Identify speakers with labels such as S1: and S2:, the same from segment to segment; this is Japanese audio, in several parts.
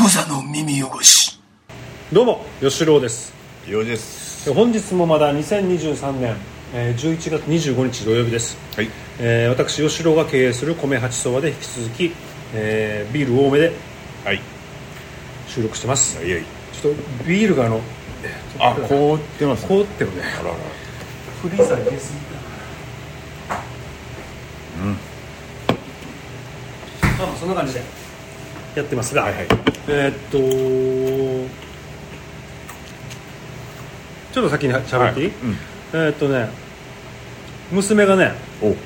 S1: 無座の耳汚し
S2: どうも吉郎です
S3: ようです
S2: 本日もまだ2023年、えー、11月25日土曜日です、
S3: はい
S2: えー、私吉郎が経営する米八そばで引き続き、えー、ビール多めで
S3: はい
S2: 収録してます
S3: いやい
S2: ちょっとビールがあの
S3: あ凍ってます
S2: 凍ってるね
S3: あらら
S2: フリーザーですうんまあそんな感じでやってますが、
S3: はいはい
S2: えーっとちょっと先に喋っていい、
S3: はいうん
S2: えーっとね娘がね
S3: お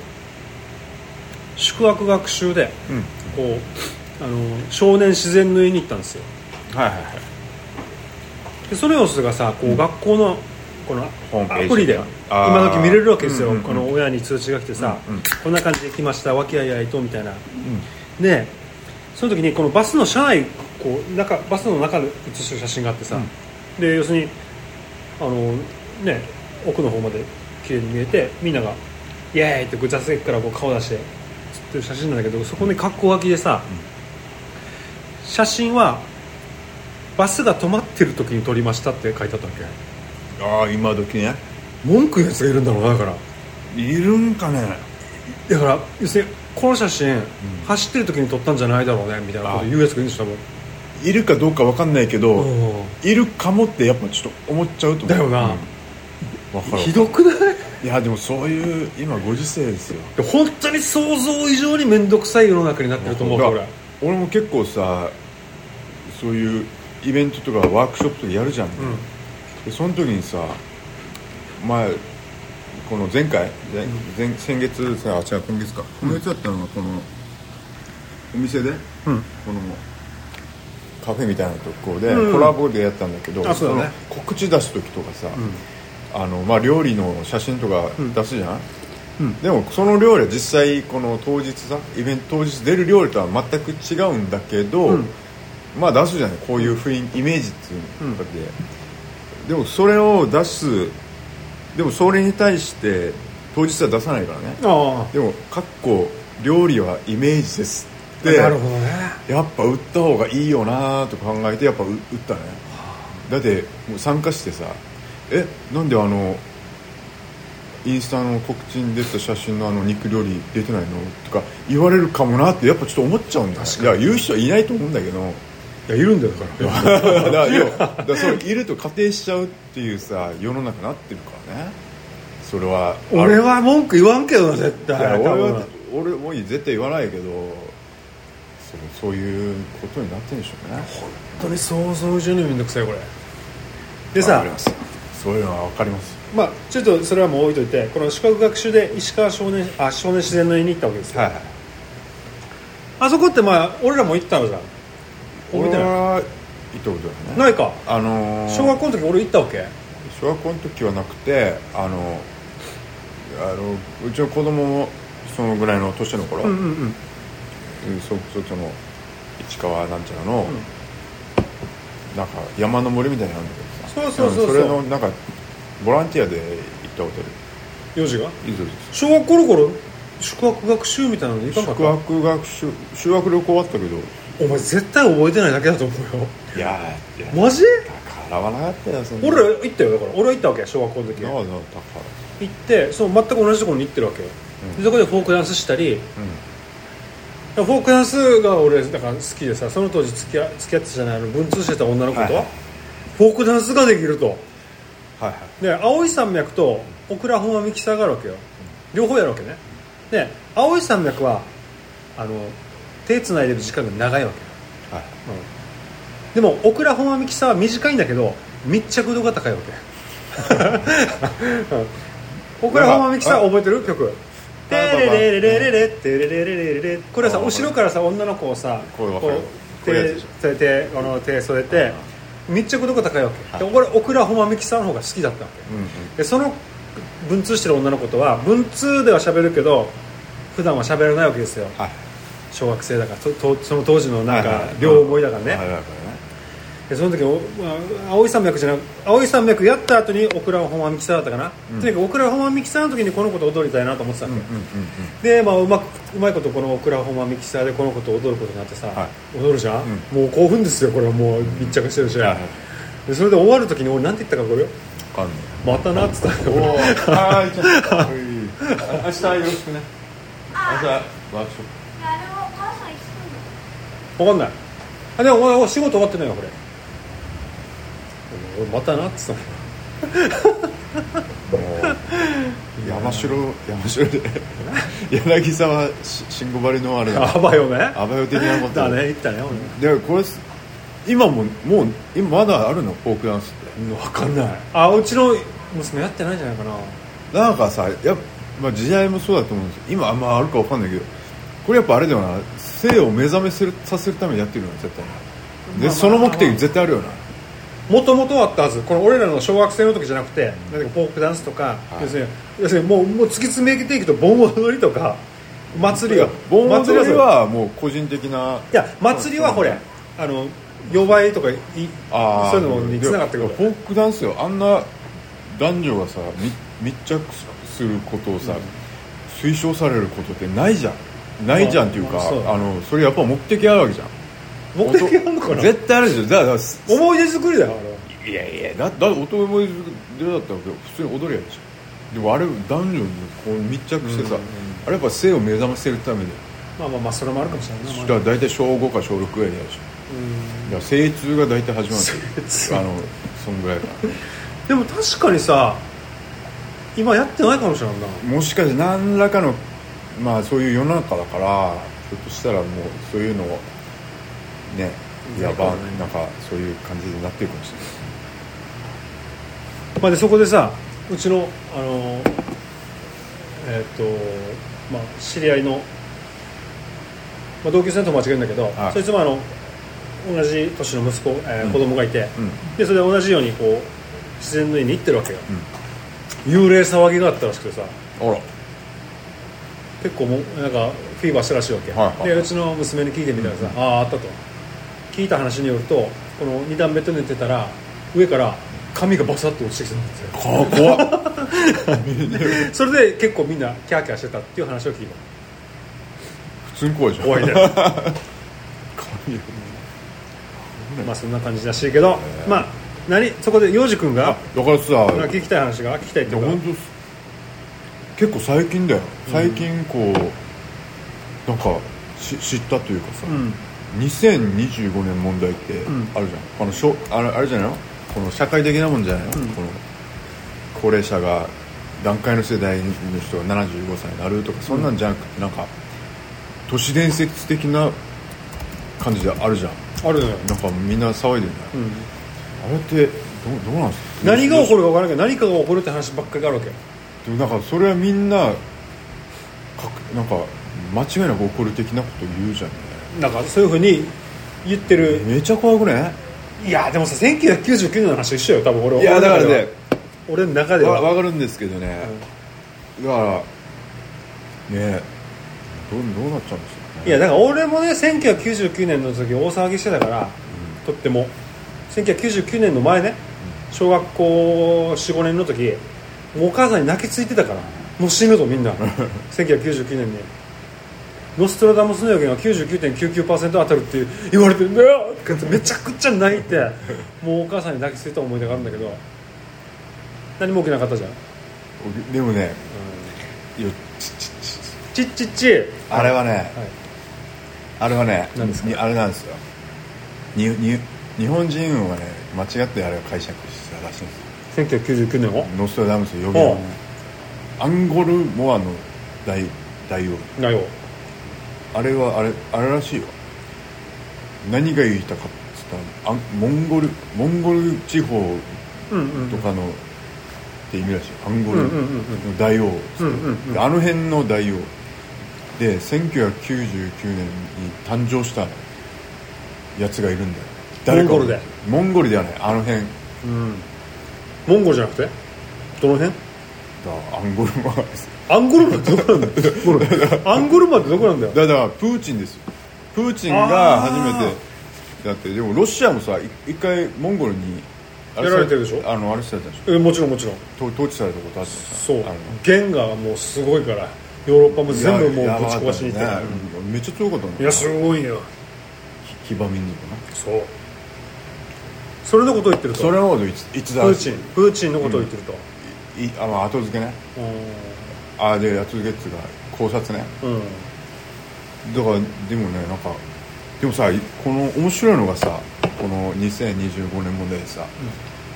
S2: 宿泊学習で、
S3: うん
S2: こうあの少年自然の家に行ったんですよ
S3: はいはいはい
S2: でソレオスがさこう、学校のこの
S3: ホームページ
S2: アプリで
S3: あー
S2: 今時見れるわけですよ、
S3: うんうんうん
S2: この親に通知が来てさ、
S3: うんうん
S2: こんな感じで来ました和気あいあいとみたいな、でその時にこのバスの車内こう中バスの中で写してる写真があってさ、で要するにあのね奥の方まで綺麗に見えてみんながイエーイってこう座席からこう顔出して写ってる写真なんだけどそこに格好書きでさ、写真はバスが止まってる時に撮りましたって書いてあったわけ
S3: ああ今時ね
S2: 文句言うやつがいるんだろうなだから
S3: いるんかね
S2: だから要するにこの写真、走ってる時に撮ったんじゃないだろうねみたいなこと言うやつがいるんですよ
S3: いるかどうかわかんないけど、
S2: 多分
S3: いるかもってやっぱちょっと思っちゃうと思う
S2: だよな、
S3: うんわかる
S2: ひどくない
S3: いやでもそういう今ご時世ですよ
S2: 本当に想像以上に面倒くさい世の中になってると思う
S3: だ
S2: 俺
S3: 俺も結構さそういうイベントとかワークショップとかやるじゃん、でその時にさ前この前回前前先月さあ違う今月か今月だったのがこのお店で、このカフェみたいなとこでコラボでやったんだけど、
S2: あそうだね
S3: その告知出す時とかさ、あのまあ、料理の写真とか出すじゃん、でもその料理は実際この当日さイベント当日出る料理とは全く違うんだけど、まあ出すじゃないこういう雰囲気イメージっていうのだって、でもそれを出すでもそれに対して当日は出さないからね
S2: あ
S3: でも「かっこ料理はイメージです」っ
S2: あ
S3: て
S2: なるほどね
S3: やっぱ売った方がいいよなと考えてやっぱう売ったねだってもう参加してさえなんであのインスタの告知に出てた写真のあの肉料理出てないのとか言われるかもなってやっぱちょっと思っちゃうんだよいや言う人はいないと思うんだけど
S2: いやいるんだよだから
S3: だからいやだからそれいると仮定しちゃうっていうさ世の中になってるからねそれは
S2: 俺は文句言わんけどな絶
S3: いや
S2: 対
S3: 俺
S2: 多分
S3: は俺も絶対言わないけどそうそういうことになってるんでしょうね
S2: 本当に想像以上に面倒くさいこれで
S3: わ
S2: さ
S3: かりますそういうのはわかります
S2: まあ、ちょっとそれはもう置いといてこの宿泊学習で石川少年あ少年自然の家に行ったわけですよ、
S3: はい
S2: あそこってまあ俺らも行ったのじゃん覚え
S3: 俺
S2: てない
S3: は行ったことだよね
S2: ないか
S3: あのー
S2: 小学校の時俺行ったわけ
S3: 小学校の時はなくてあのあのうちの子供もそのぐらいの年の頃、
S2: うんうん
S3: うんそそその市川なんちゃらの、なんか山の森みたいなのあるんだけどさ
S2: そうそうそうそうん
S3: れのなんかボランティアで行ったことある
S2: 4時が
S3: いいぞいいぞ
S2: 小学校の頃宿泊学習みたいなの行かなか
S3: 宿
S2: っ
S3: 泊学習修学旅行あったけど
S2: たお前絶対覚えてないだけだと思うよ
S3: いやーいや
S2: マジ
S3: 宝はなかったよそんな
S2: 俺ら行ったよだから俺は行ったわけ小学校の時
S3: な
S2: 行
S3: あなあ宝
S2: ってその全く同じところに行ってるわけよ、でそこでフォークダンスしたりフォークダンスが俺だから好きでさその当時付き合付き合ってたじゃないあの文通してた女の子と、
S3: はい
S2: フォークダンスができると
S3: はいはい
S2: で青い山脈とオクラホマミキサーがあるわけよ両方やるわけねで青い山脈はあの手つないでる時間が長いわけよ
S3: はい
S2: でもオクラホマミキサーは短いんだけど密着度が高いわけ うんオクラホマミキサー覚えてる曲「テレレレレレレテレレレレレレ」これはさ
S3: あ
S2: 後ろからさ女の子をさ
S3: これわかる
S2: う
S3: こういう
S2: 手
S3: やつでしょ
S2: 手手あの手添えて密着度が高いわけで俺オクラホマミキサーの方が好きだったわけ
S3: うんうん
S2: でその文通してる女の子とは文通では喋るけど普段は喋らないわけですよ
S3: はい
S2: 小学生だからそとその当時のなん
S3: はい
S2: か
S3: はい
S2: 両思いだからね、
S3: はいはいはい
S2: でその時おあ青い山脈じゃなく青い山脈やった後にオクラホマミキサーだったかな、
S3: うん
S2: とにかくオクラホマミキサーの時にこの子と踊りたいなと思ってたわ
S3: うん
S2: け
S3: うん
S2: よ、で、まあ、うまくうまいことこのオクラホマミキサーでこの子と踊ることになってさ、
S3: は
S2: 踊るじゃん、もう興奮ですよこれはもう密着してるし、
S3: うんはいはい
S2: でそれで終わる時に俺なんて言ったかこれ
S3: わかんない
S2: またなっつった
S3: お
S2: の
S3: おはいじゃあはい明日よろしくね明日ワークショッ
S1: あれはお母さん行く
S2: 分かんないあでも俺お仕事終わってないわこれ俺またなっつったの
S3: プもう山城山城で 柳沢し慎吾張りのあれだ
S2: あばよね
S3: アバヨ的なこと
S2: だね言ったね俺
S3: でこれ今ももう今まだあるのフォークダンスっ
S2: 分かんないあうちの娘やってないんじゃないかな
S3: てなんかさやっぱ、まあ、時代もそうだと思うんですけど今あんまあるかわかんないけどこれやっぱあれだよな性を目覚めするさせるためにやってるよな絶対
S2: あ
S3: で、
S2: まあ
S3: その目的
S2: まあ
S3: 絶対あるよな
S2: もともとあったはずこの俺らの小学生の時じゃなくてなんかフォークダンスとか、
S3: はい
S2: 要するに要するにもうもう突き詰めていくと盆踊りとか祭りよ
S3: 盆踊り
S2: 祭りは
S3: はもう個人的ない
S2: や祭りはほれあの呼ばいとかい
S3: あー
S2: そういうのに繋がってくる
S3: フォークダンスよあんな男女がさみ密着することをさ、推奨されることってないじゃんないじゃんっていうか、
S2: まあまあそうだ
S3: あのそれやっぱ目的あるわけじゃん
S2: 目的あんのかな
S3: 絶対あるでしょだからだか
S2: 思い出作りだよあれは
S3: らいやいやだだおと思い出だったら普通に踊りやでしょでもあれ男女にこう密着してさ、
S2: うんうんうん
S3: あれやっぱ性を目覚ませるためで
S2: まあまあまあそれもあるかもしれないな、ま
S3: だか
S2: あ
S3: ら大体小5か小6ぐらいでやるでしょ
S2: うん
S3: だから精通が大体始まる
S2: 精通
S3: あのそんぐらいか
S2: でも確かにさ今やってないかもしれないな
S3: なもしかして何らかのまあそういう世の中だからひょっとしたらもうそういうのをねいわばなんかそういう感じになってるかもしれない
S2: まあ、でそこでさうちのあのえーっ、とまあ知り合いの、まあ、同級生の友達がいるんだけど、
S3: はい
S2: そいつもあの同じ年の息子、えー
S3: うん
S2: 子供がいて、
S3: うん
S2: でそれで同じようにこう自然の家に行ってるわけよ、幽霊騒ぎがあったらしくてさ
S3: あら
S2: 結構もうなんかフィーバーしたらしいわけ、
S3: はいはい
S2: でうちの娘に聞いてみたらさ、あああったと聞いた話によるとこの2段ベッドで寝てたら上から髪がバサッと落ちてきたんですよ
S3: か怖っ
S2: それで結構みんなキャーキャーしてたっていう話を聞いた
S3: 普通に怖いじゃん
S2: 怖いね
S3: 怖いよ
S2: まあそんな感じらしいけ ど、まあ何そこで洋二君が
S3: だからさ
S2: なんか聞きたい話が聞きたいっ
S3: い
S2: て
S3: や
S2: いう
S3: 本
S2: か
S3: 当す結構最近だよ最近こう、なんかし知ったというかさ、
S2: うん
S3: 2025年問題って
S2: ん
S3: あるじゃん、このしょあれあれじゃないのこの社会的なもんじゃないの,、この高齢者が段階の世代の人が75歳になるとかそんなんじゃなくて、なんか都市伝説的な感じであるじゃん
S2: あるのよ、
S3: なんかみんな騒いでるじゃん
S2: うん
S3: あれってどうどうなんすか
S2: 何が起こるか分からんけど何かが起こるって話ばっかりがあるわけよ
S3: でもなんかそれはみんなかくなんか間違いなく怒る的なこと言うじゃんね
S2: なんかそういうふうに言ってる
S3: めちゃ怖くね
S2: いやでもさ1999年の話と一緒よ多分俺はい
S3: やだからね
S2: 俺の中で
S3: わ
S2: は
S3: わかるんですけどね、だからねどうどうなっちゃうんですかね
S2: いやだから俺もね1999年の時大騒ぎしてたから、とっても1999年の前ね小学校45年の時もうお母さんに泣きついてたからもう死ぬとみん な1999年に「ノストラダムスの予言は99.99%当たる」って言われて「うわっ!」ってめちゃくちゃ泣 いてもうお母さんに泣きついた思い出があるんだけど何も起きなかったじゃん、
S3: でもねいやちちち
S2: ちっちっち
S3: あれはね、あれはね
S2: 何ですか
S3: にあれなんですよにに日本人はね間違ってあれを解釈したらしいんですよ
S2: 1999年を
S3: ノストラダムスの予言
S2: お
S3: をアンゴルモアの大大王
S2: なよ
S3: あれはあれあれらしいよ何が言いたかっつったらあモンゴルモンゴル地方
S2: うんうん
S3: とかの、って意味らしいアンゴ
S2: う
S3: ル
S2: んうんうん
S3: の大王っつって、
S2: うんうんうん
S3: であの辺の大王で1999年に誕生したやつがいるんだよ誰か
S2: モンゴルで
S3: モンゴルではないあの辺だ
S2: うんモンゴルじゃなくてどの辺
S3: アンゴルモアです
S2: アンゴルマってどこなんだよご めんアンゴルマってどこなんだよ
S3: だからプーチンですよプーチンが初め
S2: あ
S3: てだってでもロシアもさい一回モンゴルにあさ
S2: やられてるでしょ
S3: あのあれされたでしょ
S2: えもちろんもちろん
S3: と統治されたことあったじゃん
S2: そう
S3: あの
S2: 弦がもうすごいからヨーロッパも全部もう
S3: や
S2: ぶち壊しに行って
S3: やばかたねうんめっちゃ強かったもん
S2: いやすごいよ
S3: き黄ばみんのかな
S2: そうそれのことを言ってると
S3: それのこといついつ
S2: プ
S3: だ
S2: ーチンプーチンのことを言ってると、
S3: いあの後付けね
S2: う
S3: あで後付けっていうか考察ね
S2: んうん
S3: だからでもねなんかでもさこの面白いのがさこの2025年問題でさ、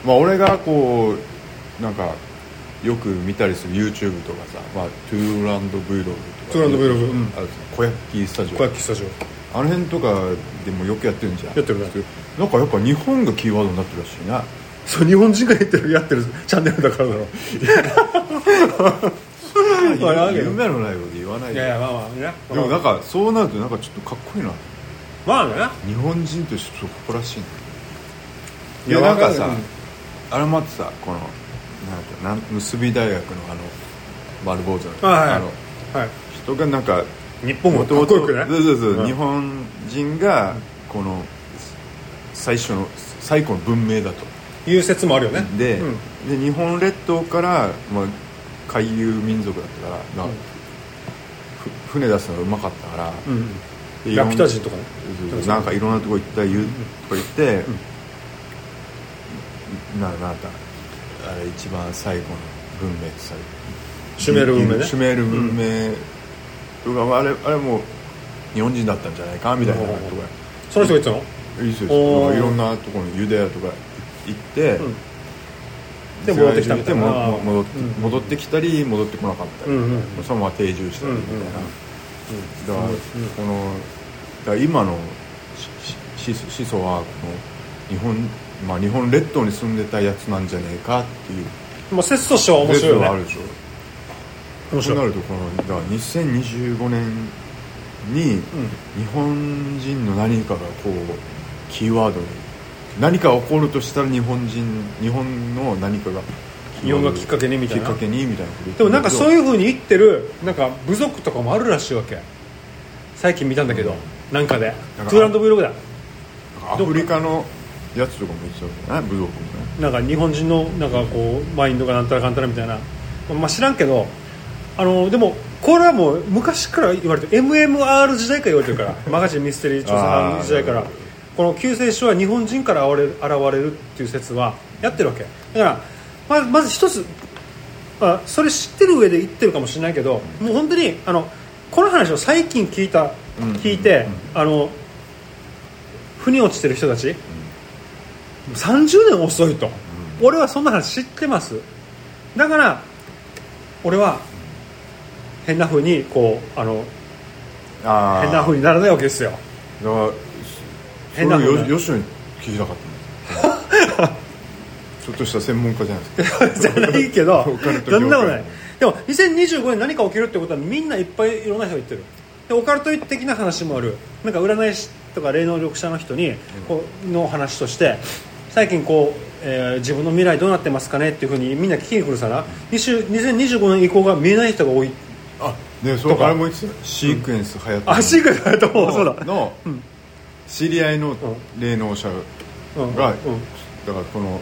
S3: まあ俺がこうなんかよく見たりする YouTube とかさ、まあ、トゥーランド Vlog とか
S2: トゥーランド Vlog うん
S3: あるじゃん小焼きスタジ
S2: 小
S3: オ
S2: 焼きスタジオ
S3: あの辺とかでもよくやってるんじゃん
S2: やってるね
S3: なんかやっぱ日本がキーワードになってるらしいな
S2: そう日本人がやってるやってるチャンネルだからだろあれあるよ
S3: 夢のないこと言わない
S2: い
S3: で
S2: やいやまあまあね
S3: でもなんかそうなるとなんかちょっとかっこいいな
S2: まあね
S3: 日本人としてちょっと誇らしいねい
S2: いや
S3: やなんかさ
S2: わかる
S3: あれもあってさこのなんていうの結び大学のあの丸坊主の、
S2: はいはい
S3: あの
S2: はい
S3: 人がなんか
S2: 日本もかっ
S3: 元
S2: こよ
S3: 々
S2: くね
S3: そうそうそう
S2: うん
S3: 日本人がこの最初の最古の文明だと
S2: いう説もあるよね
S3: で,、
S2: うん
S3: で日本列島から、まあ、海遊民族だったから、まあ
S2: うん
S3: ふ船出すのがうまかったから、
S2: うん
S3: でいろん
S2: ラピュタ人とかね
S3: そうそうなんかいろんなとこ行った言うとか言って、ななんだあれ一番最後の文明さ
S2: シュメール文明ね
S3: シュメール文明が、あれあれもう日本人だったんじゃないかみたいなとこ
S2: その人が言って
S3: やいいですよ
S2: おー
S3: なんかいろんなところにユダヤとか行って、
S2: うんで戻ってきたみたいな
S3: 世界中行っても戻って
S2: うん
S3: 戻ってきたり戻ってこなかった
S2: た
S3: り、
S2: のうんうん
S3: そのまま定住したりみたいな、だから、
S2: うん
S3: このだから今のししし始祖はこの日本まあ日本列島に住んでたやつなんじゃねえかっていう
S2: まあ説としては面白い
S3: 説は
S2: よ
S3: ある
S2: ね
S3: でしょ
S2: 面
S3: そう
S2: 白
S3: な
S2: い
S3: るとこのだから2025年に日本人の何かがこうキーワードに何か起こるとしたら日本人日本の何かが
S2: 日本がきっかけにみたいな
S3: きっかけにみたいなこと言っ
S2: で
S3: て
S2: もなんかそういううふうに言ってるなんか部族とかもあるらしいわけ最近見たんだけどなんかで
S3: なんか
S2: トゥーランド Vlog だ
S3: アフリカのやつとかも言ってたわけね部族もね
S2: なんか日本人のなんかこうマインドがなんたらかんたらみたいな、まあ、知らんけどあのでもこれはもう昔から言われてる MMR 時代から言われてるから マガジンミステリー調査班時代から
S3: あー
S2: この救世主は日本人から現れる現れるっていう説はやってるわけだからまずまず一つ、まあ、それ知ってる上で言ってるかもしれないけどもう本当にあのこの話を最近聞いた
S3: うん
S2: 聞いて、あの腑に落ちてる人たち、30年遅いと、俺はそんな話知ってますだから俺は変な風にこうあの
S3: ああ
S2: 変な風にならないわけですよ
S3: だから
S2: 変な
S3: それを
S2: こと
S3: よ吉野に聞きたかったんですちょっとした専門家じゃないです か
S2: じゃないけど
S3: お金と
S2: どんなことな
S3: 業界
S2: いでも2025年何か起きるってことはみんないっぱいいろんな人が言ってるでオカルト的な話もあるなんか占い師とか霊能力者の人にこうの話として最近こう、えー自分の未来どうなってますかねっていうふうにみんな聞きに来るさな20 2025年以降が見えない人が多い
S3: あねそ
S2: と
S3: う
S2: か
S3: あれも言ってたよシークエンス流行って
S2: あシークレットもそうだ
S3: のの知り合いの霊能者が、
S2: うん
S3: だか
S2: うん
S3: らこの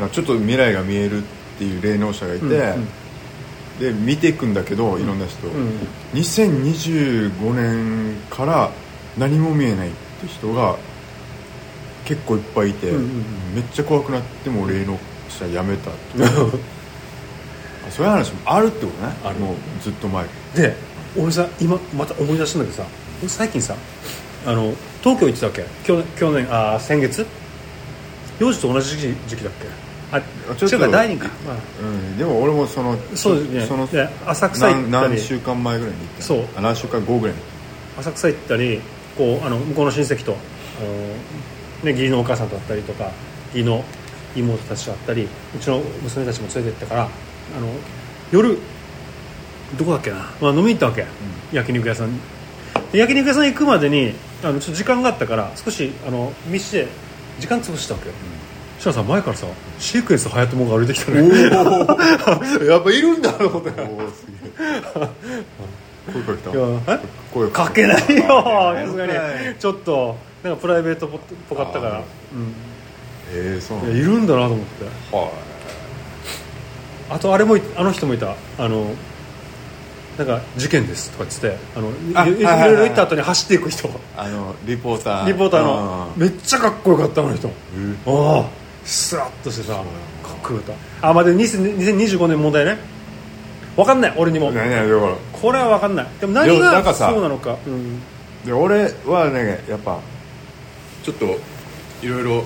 S3: なちょっと未来が見えるっていう霊能者がいて、
S2: うんうん
S3: で見ていくんだけどいろんな人、
S2: ん
S3: 2025年から何も見えないって人が結構いっぱいいて、
S2: うんうん
S3: めっちゃ怖くなってもう霊能者やめたとか あそういう話もあるってことね
S2: ある
S3: もうずっと前
S2: で俺さ今また思い出したんだけどさ俺最近さあの東京行ってたわけ去年去年あー先月幼児と同じ時期時期だっけあ
S3: ちょっと
S2: 違うか第二か、まあ
S3: うん、でも俺もその
S2: そうですね
S3: その
S2: で浅草行ったり
S3: 何何週間前ぐらいに行った
S2: そう
S3: あ何週間後ぐらいに
S2: 浅草行ったりこうあの向こうの親戚とあの、ね、義理のお母さんと会ったりとか義理の妹たちと会ったりうちの娘たちも連れてってからあの夜どこだっけな、まあ、飲みに行ったわけ、焼肉屋さんで焼肉屋さん行くまでにあのちょっと時間があったから少しあの道で時間潰したわけよ、そしたらさ前からさシークエンス隼人もが歩いてきたね
S3: おやっぱいるんだろうねおおすげえ声かけた
S2: いやえ
S3: 声
S2: かけないよさす
S3: か
S2: が
S3: けない
S2: にちょっとなんかプライベートっぽかったか
S3: あ
S2: ら
S3: ー、ええそう
S2: う、
S3: なんん
S2: い
S3: だ
S2: やいるんだなと思って
S3: はい
S2: あとあれもいあの人もいたあのなんか事件ですとか言っててあの
S3: あ
S2: いいい
S3: はいはいはい
S2: ろいろ行った後に走っていく人
S3: あのリポーター
S2: リポーターのめっちゃかっこよかったあの人
S3: うん
S2: ああスラッとしてさかっこよかったあまあで2000 2025年問題ねわかんない俺にも
S3: 何やだから
S2: これはわかんないでも何
S3: いやなん
S2: が
S3: かさ
S2: そうなのかうん
S3: で俺はねやっぱちょっといろいろ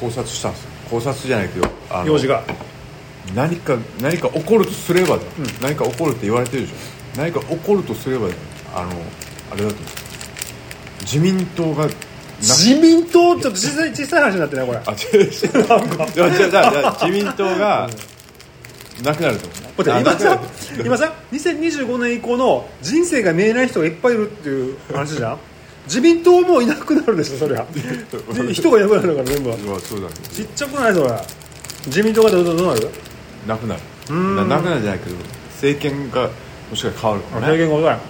S3: 考察したんですよ考察じゃないけどあの
S2: 用事が
S3: 何か何か起こるとすればだよ、何か起こるって言われてるでしょ何か起こるとすればだよあのあれだと思う自民党がな
S2: 自民党ちょっと小さい小さい話になってないこれ
S3: あ違う違う
S2: なんか
S3: いや違う違う違う自民党がなくなると思
S2: 待
S3: う
S2: って
S3: あ
S2: 今
S3: な
S2: さ
S3: くなる
S2: 今さ2025年以降の人生が見えない人がいっぱいいるっていう話じゃ ん自民党もいなくなるでしょそりゃで人がいなくなるから全部
S3: うわそうだね
S2: ちっちゃくないそれ自民党がどうどうどうなる
S3: なくなるななくなるじゃないけど政権がもしかしたら変わるかもね
S2: 制限がない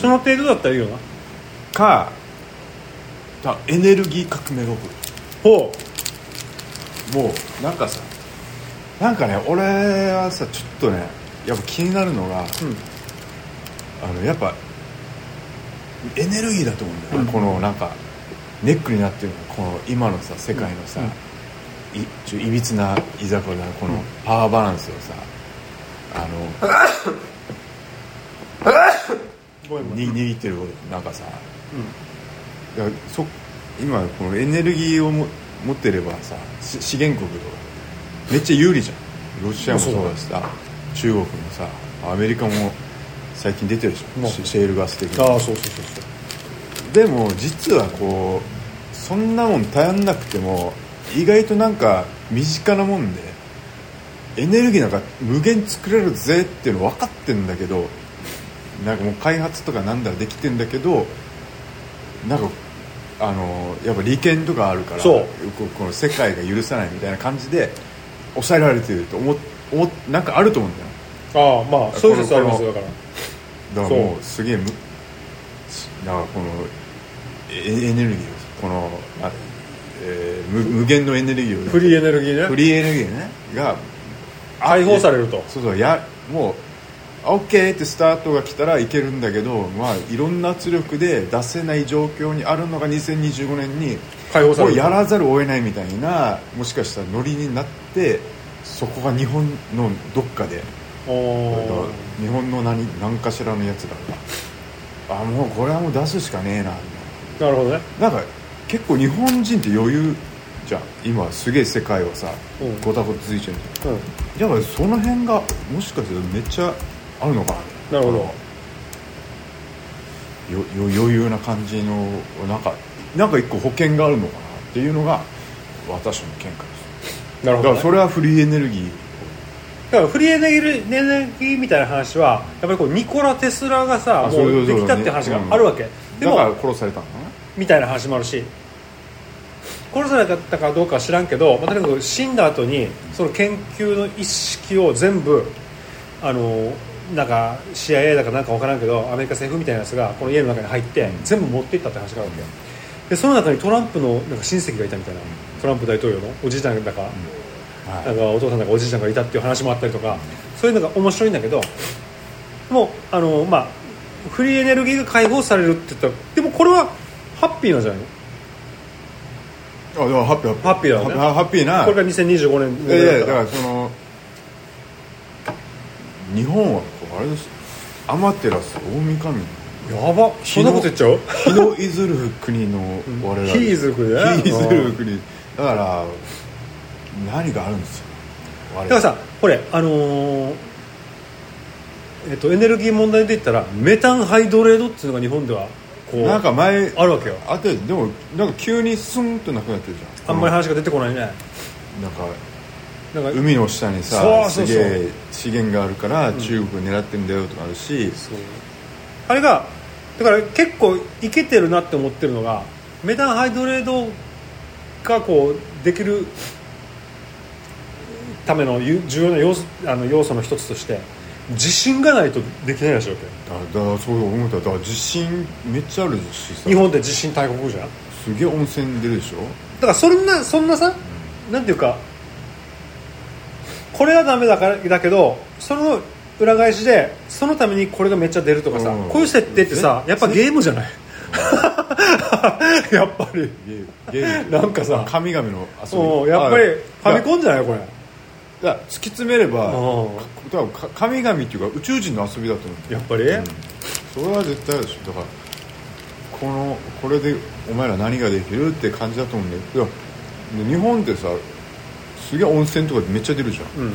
S2: その程度だったらいいよな
S3: かだエネルギー革命が起
S2: ほ
S3: こるもうなんかさなんかね俺はさちょっとねやっぱ気になるのが、あのやっぱエネルギーだと思うんだよね、このなんかネックになってるのがこの今のさ世界のさ、いちょいびつないざこざこのパワーバランスをさあの
S2: うごめんごめん
S3: に握ってるなんかさ、だからそ今このエネルギーをも持ってればさし資源国とかめっちゃ有利じゃんロシアもそうだしさ中国もさアメリカも最近出てるでし
S2: ま
S3: ょ
S2: あ
S3: シシェールガス的に
S2: ああそうそうそうそう
S3: でも実はこうそんなもん頼んなくても意外となんか身近なもんでエネルギーなんか無限作れるぜっていうの分かってんだけどなんかもう開発とかなんだらできてんだけどなんかあのやっぱ利権とかあるから
S2: そう
S3: ここの世界が許さないみたいな感じで抑えられてると思っ思っなんかあると思うんだ
S2: あ
S3: よ
S2: あまあそういう説あります
S3: こ
S2: よ
S3: の
S2: だから
S3: だからもうすげえむしだからこのえエネルギーをこの、あえー無無限のエネルギーを
S2: フリーエネルギー
S3: フ
S2: ね
S3: リーエネルギーねがあ
S2: 解放されると
S3: そうそうやもうあ OK ってスタートが来たらいけるんだけど、まあ、いろんな圧力で出せない状況にあるのが2025年に
S2: 解放さ
S3: も
S2: れ
S3: う
S2: る
S3: やらざるを得ないみたいなもしかしたらノリになってそこが日本のどっかで
S2: おー
S3: 日本の何何かしらのやつだからあもうこれはもう出すしかねえなみ
S2: なるほどね
S3: たいななんか結構日本人って余裕じゃん今すげえ世界はさ
S2: うん
S3: ごたごたついてる
S2: うん
S3: じゃんだからその辺がもしかするとめっちゃあるのかな
S2: なるほど
S3: どよよ余裕な感じのなんかなんか一個保険があるのかなっていうのが私の見解です
S2: なる
S3: だ
S2: ほ
S3: か
S2: ど、
S3: ら
S2: ね、
S3: それはフリーエネルギー
S2: だからフリーエネルギーエネルギーみたいな話はやっぱりこうニコラ・テスラがさ
S3: あ
S2: も
S3: そうそう
S2: う
S3: そ
S2: で
S3: う
S2: きたって話があるわけ、で
S3: だから
S2: も
S3: 殺されたのかな
S2: みたいな話もあるし殺されたかどうかは知らんけど、まあ、とにかく死んだ後にその研究の一式を全部あのなんか CIA だかなんか分からんけどアメリカ政府みたいなやつがこの家の中に入って全部持っていったって話があるわけよでその中にトランプのなんか親戚がいたみたいなトランプ大統領のおじいちゃんだか
S3: はい
S2: なんかお父さんとかおじいちゃんがいたっていう話もあったりとかそういうのが面白いんだけどもうあの、まあ、フリーエネルギーが解放されるって言ったらでもこれはハッピーなんじゃないの
S3: あだからハッピー
S2: ハッピーだよね
S3: ハッハッピーな
S2: これが2025年
S3: いやい
S2: だか
S3: やだかららその日本はこうあれですアマテラス大神
S2: やばそんなこと言っちゃう
S3: 日のいずる国の我々
S2: 火いずる国だよ
S3: 火いずる国だから何があるんですよ我
S2: だ
S3: 々
S2: からさこれあのーえっとエネルギー問題で言ったらメタンハイドレードっていうのが日本ではこう
S3: なんか前
S2: あるわけよ
S3: あってでもなんか急にスンとなくなってるじゃ
S2: あ
S3: ん
S2: んまり話が出てこないね
S3: なんか
S2: なんか
S3: 海の下にさ
S2: そうそうそう
S3: すげえ資源があるから中国狙ってんだよとかあるし、
S2: そうあれがだから結構いけてるなって思ってるのがメタンハイドレードがこうできるためのゆ重要な要素あの要素の一つとして自信がないとできないらしいわけ
S3: だだそう思っただから地震めっちゃあるしさ
S2: 日本って地震大国じゃん
S3: すげえ温泉出るでしょ
S2: だからそんなそんなさ、なんていうかこれはダメだからだけどその裏返しでそのためにこれがめっちゃ出るとかさ、
S3: うん
S2: こういう設定ってさ
S3: ぜ
S2: やっぱゲームじゃない やっぱり
S3: ゲーゲーム
S2: なんかさ
S3: 神々の遊び
S2: うんやっぱりファミ
S3: ン
S2: コンじゃないこれ
S3: 突き詰めれば
S2: うん
S3: 多分か神々っていうか宇宙人の遊びだと思う
S2: やっぱり、
S3: それは絶対あるでしょだからこのこれでお前ら何ができるって感じだと思うんだけどで日本ってさすげえ温泉とかめっちゃ出るじゃん
S2: うんうん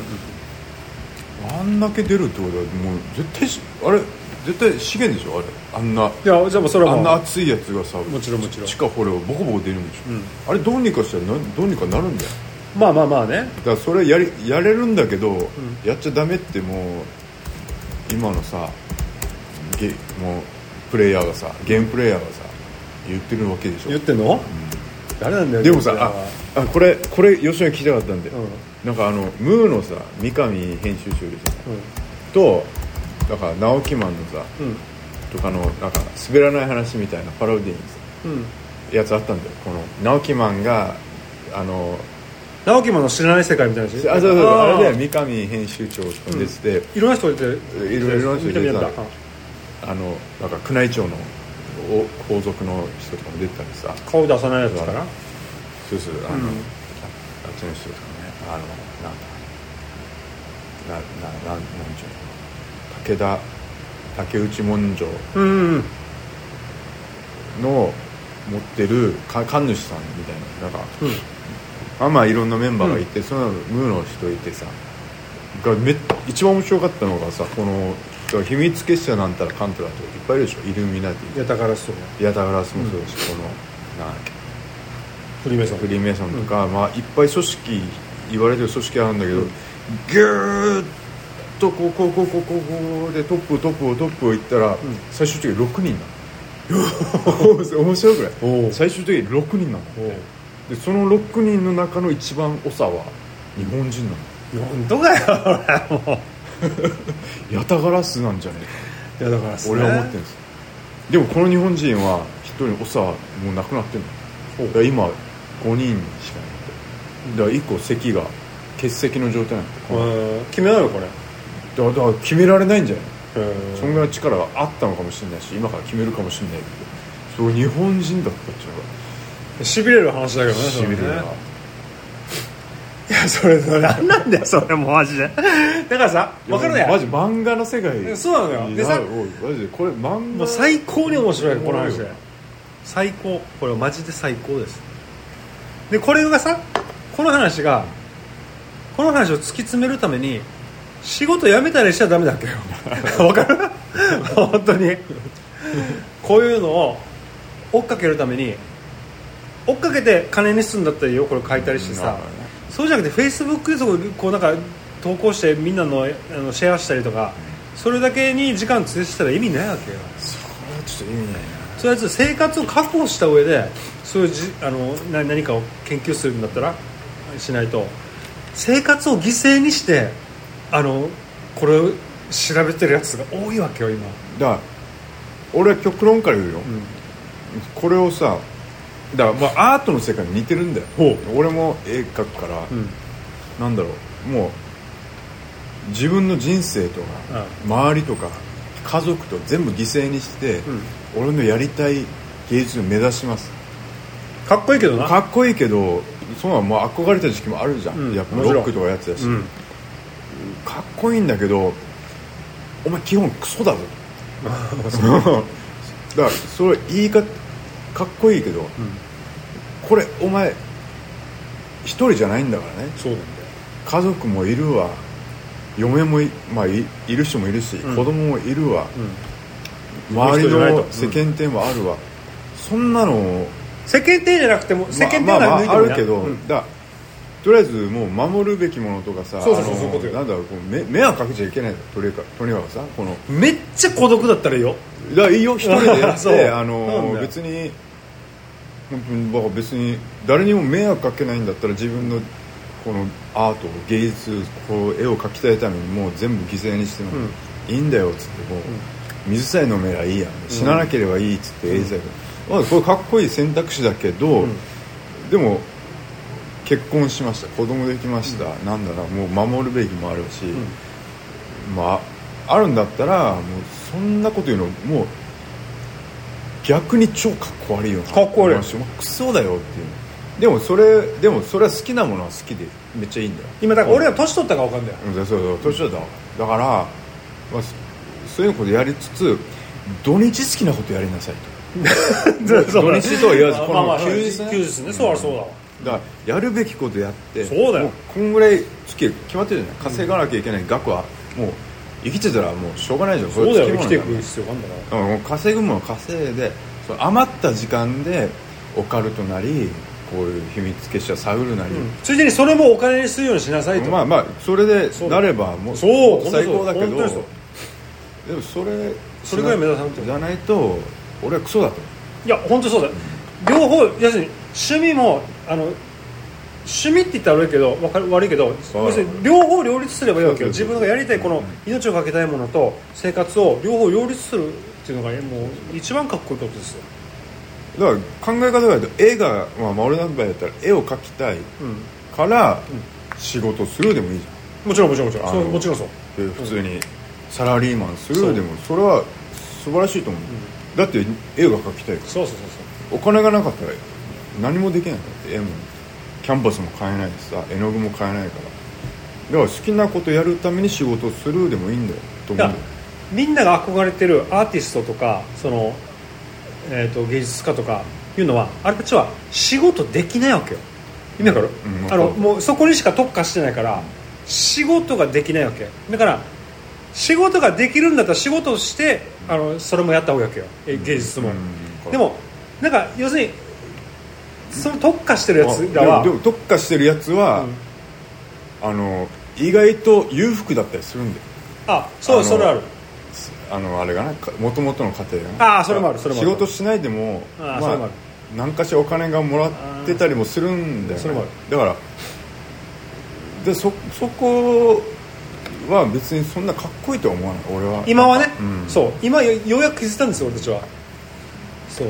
S3: あんだけ出るってことはもう絶対しあれ絶対資源でしょあれあんない
S2: やじゃあもうそれは
S3: あんな
S2: もう
S3: 熱いやつがさ
S2: もちろんもちろん
S3: 地下掘ればボコボコ出るんでしょ、
S2: うん
S3: あれどうにかしたらなどうにかなるんだよ
S2: まあまあまあね
S3: だからそれやりやれるんだけど、やっちゃダメってもう今のさゲもうプレイヤーがさゲームプレイヤーがさ言ってるわけでし
S2: 言
S3: ょ
S2: ってんの、誰なんだよ
S3: でもさ
S2: これは
S3: ああこれこれ吉野に聞きたかったんだよ、
S2: うん
S3: なんかあのムーのさ三上編集長いるじゃん
S2: う
S3: とだから直木マンのさ
S2: んうん
S3: とかのなんか滑らない話みたいなパロディーのさ
S2: うん
S3: やつあったんだよこの直木マンがあの
S2: 直樹もの知らない世界みたいな
S3: あ
S2: 話
S3: そうそうそうあ
S2: ー
S3: れで三上編集長と出てて、
S2: いろんな人いて
S3: いろいろな人いてた
S2: 見た見た
S3: あのなんか宮内庁のお皇族の人とかも出てたりさ
S2: 顔出さないやつかな
S3: そうそうあの、
S2: うん
S3: ああっちの人とかねあのなんだななななんちゅうの武田竹内文書
S2: うんうんうん
S3: の持ってるか神主さんみたいななんか、まあまあいろんなメンバーがいて、そのムーの人いてさがめ一番面白かったのがさこのだから秘密結社なんたらカントラとかいっぱいいるでしょイルミナテ
S2: いやだからそう
S3: ィヤタガラスもそうだし、このなんだっけ
S2: フリーメイソン
S3: フリーメイソンとか、まあ、いっぱい組織言われてる組織あるんだけど、ぎゅーっとこうこうこうこうこうこうでトップトップをトップをいったら、最終的に6人なの面白く
S2: お
S3: な
S2: う
S3: い最終的に6人なの
S2: おう
S3: でその6人の中の一番長は日本人な
S2: 本当 かよ
S3: のヤタガラスなんじゃね
S2: いやだから
S3: えか俺は思ってるんですでもこの日本人は一人長はもうなくなってるのだから今5人しかいないだから1個席が欠席の状態なの
S2: うん決めないのこれ
S3: だだから決められないんじゃない、
S2: うん
S3: そんぐらいの力があったのかもしれないし今から決めるかもしれないけどそう日本人だったっていうの
S2: しびれる話だけどね
S3: がしびれる
S2: それ
S3: な
S2: ねいやそれそれ何なんだよそれもうマジでだからさ分かるね
S3: マジ漫画の世
S2: え
S3: 界
S2: そうなのよ
S3: いや
S2: でさ
S3: おいマジでこれ漫
S2: も
S3: 画
S2: う最高に面白いこの話
S3: う
S2: で
S3: ん
S2: 最高これはマジで最高ですでこれがさこの話がこの話を突き詰めるために仕事辞めたりしちゃダメだっけよ わかる本当にこういうのを追っかけるために追っかけて金にすんだったらよこれ書いたりして
S3: なる
S2: さ
S3: ほどね
S2: そうじゃなくてフェイスブックでそここうなんか投稿してみんなのあのシェアしたりとかそれだけに時間費やしたら意味ないわけよ
S3: それはちょっと意味ない
S2: そういうやつ生活を確保した上でそういうじあのな何かを研究するんだったらしないと生活を犠牲にしてあのこれを調べてるやつが多いわけよ今、
S3: なだから俺は極論から言うよ、これをさだからまあアートの世界に似てるんだよ
S2: ほ
S3: 俺も絵描くから、
S2: うん
S3: なんだろうもう自分の人生とか、周りとか家族と全部犠牲にして、俺のやりたい芸術を目指します
S2: かっこいいけどな
S3: かっこいいけどそんなのもう憧れた時期もあるじゃん、
S2: うん
S3: やっぱ
S2: もちろん
S3: ロックとかやつだし、
S2: うん
S3: かっこいいんだけどお前基本クソだぞそうだからそれ言い方かっこいいけど、これお前一人じゃないんだからね
S2: そうなん
S3: 家族もいるわ嫁もい,、まあ、いいる人もいるし、
S2: うん
S3: 子供もいるわ、
S2: うん
S3: 周り
S2: 自分一人じゃないと
S3: の世間体もあるわ、そんなの
S2: 世間体じゃなくても世間体
S3: まあま
S2: な
S3: あ
S2: ん
S3: ま
S2: か
S3: ああ
S2: 抜いてもいい
S3: るけど、
S2: うん
S3: だとりあえずもう守るべきものとかさ
S2: そうそうそう
S3: あの
S2: そういうことよ
S3: なんだろうこう目迷惑かけちゃいけないとりかとにかくさこの
S2: めっちゃ孤独だったらいいよ
S3: だからいいよ一人でやっ
S2: そう
S3: てあ
S2: なん
S3: の
S2: だよ
S3: 別に本当にだから別に誰にも迷惑かけないんだったら自分のこのアート芸術こう絵を描きたいためにもう全部犠牲にしてもいいんだよっつってもう水さえ飲めりゃいいやん死ななければいいっつってエイザイがまあ、これかっこいい選択肢だけど、
S2: うん
S3: でも結婚しました子供できました、なんだろうもう守るべきもあるし、まああるんだったらもうそんなこと言うのもう逆に超かっこ悪いよな
S4: かっこ悪い
S3: 思うしもうクソだよっていうでもそれでもそれは好きなものは好きでめっちゃいいんだよ
S4: 今だから俺ら年取ったから分 かんだよ
S3: うんそうそう年取ったわだから、まあ、そそういうことやりつつ土日好きなことやりなさい と土日とは言わずこ
S2: まあまあ
S3: の休日ね
S2: 休日ねそうだそうだわ
S3: だからやるべきことやって
S2: そうだよ
S3: もこんぐらい月決まってるじゃない稼がなきゃいけない額はもう生きてたらもうしょうがないじゃん
S2: そうだよ生き
S3: れ
S2: てい
S3: 尽きるもん
S2: く必要があるんだから
S3: だからもう稼ぐものは稼いでその余った時間でオカルトなりこういう秘密結社探るなり、
S2: ついでにそれもお金にするようにしなさいと
S3: まあまあそれでなればもう
S2: そう
S3: 最高だけ
S2: 本
S3: ど
S2: 当にそう
S3: でもそれ
S2: それぐらい目指さんと
S3: じゃないと俺はクソだと
S2: いや本当そうだよ両方要するに趣味もあの趣味って言ったら悪いけどわかる悪いけど
S3: う
S2: 要するに両方両立すればいいわけよ
S3: そうそ
S2: 自
S3: うそう
S2: 分がやりたいこの命を懸けたいものと生活を両方両立するっていうのがもう一番かっこいいことですよ、
S3: だから考え方が言うと絵が、まあ、俺なんかやったら絵を描きたい
S2: うん、
S3: から仕事するでもいいじ
S2: もちろんもちろんもちろん
S3: あ
S2: そ
S3: の
S2: うもちろんそう
S3: ゃんで普通にサラリーマンす
S2: そう
S3: るでもそれは素晴らしいと思う、だって絵が描きたいか
S2: そうそうそう
S3: らお金がなかったら何もできないんだって絵もキャンバスも買えないしさ絵の具も買えないからだから好きなことやるために仕事するでもいいんだよ
S2: そう
S3: と思
S2: だ
S3: う
S2: から
S3: んだよ
S2: みんなが憧れてるアーティストとかその、えー、と芸術家とかいうのはあれたちは仕事できないわけよ意味わかる、
S3: うんうん
S2: あのもうそこにしか特化してないから仕事ができないわけだから仕事ができるんだったら仕事をしてあのそれもやった方がいいわけよえ芸術も、
S3: うん
S2: でもなんか要するにその特化してるやつら
S3: あ
S2: は
S3: でもでも特化してるやつは、
S2: うん
S3: あの意外と裕福だったりするんだよ
S2: あそ
S3: あ
S2: う
S3: の
S2: それある
S3: あのあれがなもともとの家庭がね
S2: あーそれもあるそれもある
S3: 仕事しないでも
S2: あーそれもある
S3: 何かしらお金がもらってたりもするんだよ、ね、
S2: それもある
S3: だからでそそこは別にそんなかっこいいとは思わない俺は
S2: 今はね、
S3: うん
S2: そう今よようやく気づいたんですよ俺たちはそう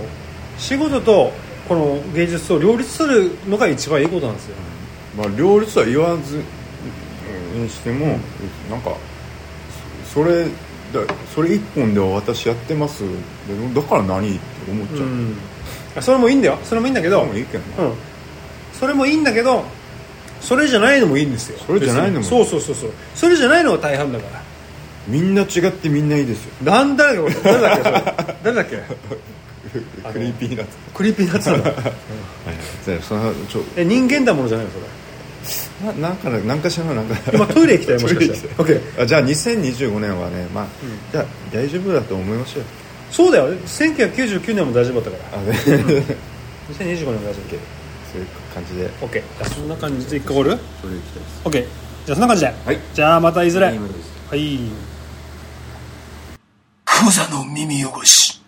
S2: 仕事とこの芸術を両立するのが一番いいことなんですよ、
S3: まあ、両立は言わずにしても、なんかそそれだそれ一本では私やってますでだから何って思っちゃう、
S2: うんあそれもいいんだよそれもいいんだけど、
S3: でもいいけどね
S2: うん、それもいいんだけどそれじゃないのもいいんですよ
S3: それじゃないのもい
S2: 別
S3: い
S2: にそうそうそうそうそれじゃないのが大半だから
S3: みんな違ってみんないいですよ
S2: なんだよ誰だっけそれ誰だっけの
S3: クリーピーナッツ
S2: クリーピーナッツなん だ
S3: でそのちょ
S2: え人間だものじゃないのそれ
S3: ななんかななんかしらのなんか
S2: 今トイレ行きたいもしかして OK
S3: あじゃあ2025年はねまあ、じゃあ大丈夫だと思いましょう
S2: そうだよ1999年も大丈夫だったか
S3: あ
S2: ら
S3: で そういう
S2: 2025年も大丈夫
S3: 感じで
S2: OK じゃあそんな感じで一回終わる
S3: それいきたいで
S2: OK
S3: す
S2: じゃあそんな感じで、
S3: はい
S2: じゃあまたいずれ
S3: はいまたです
S2: はい
S5: クザの耳汚し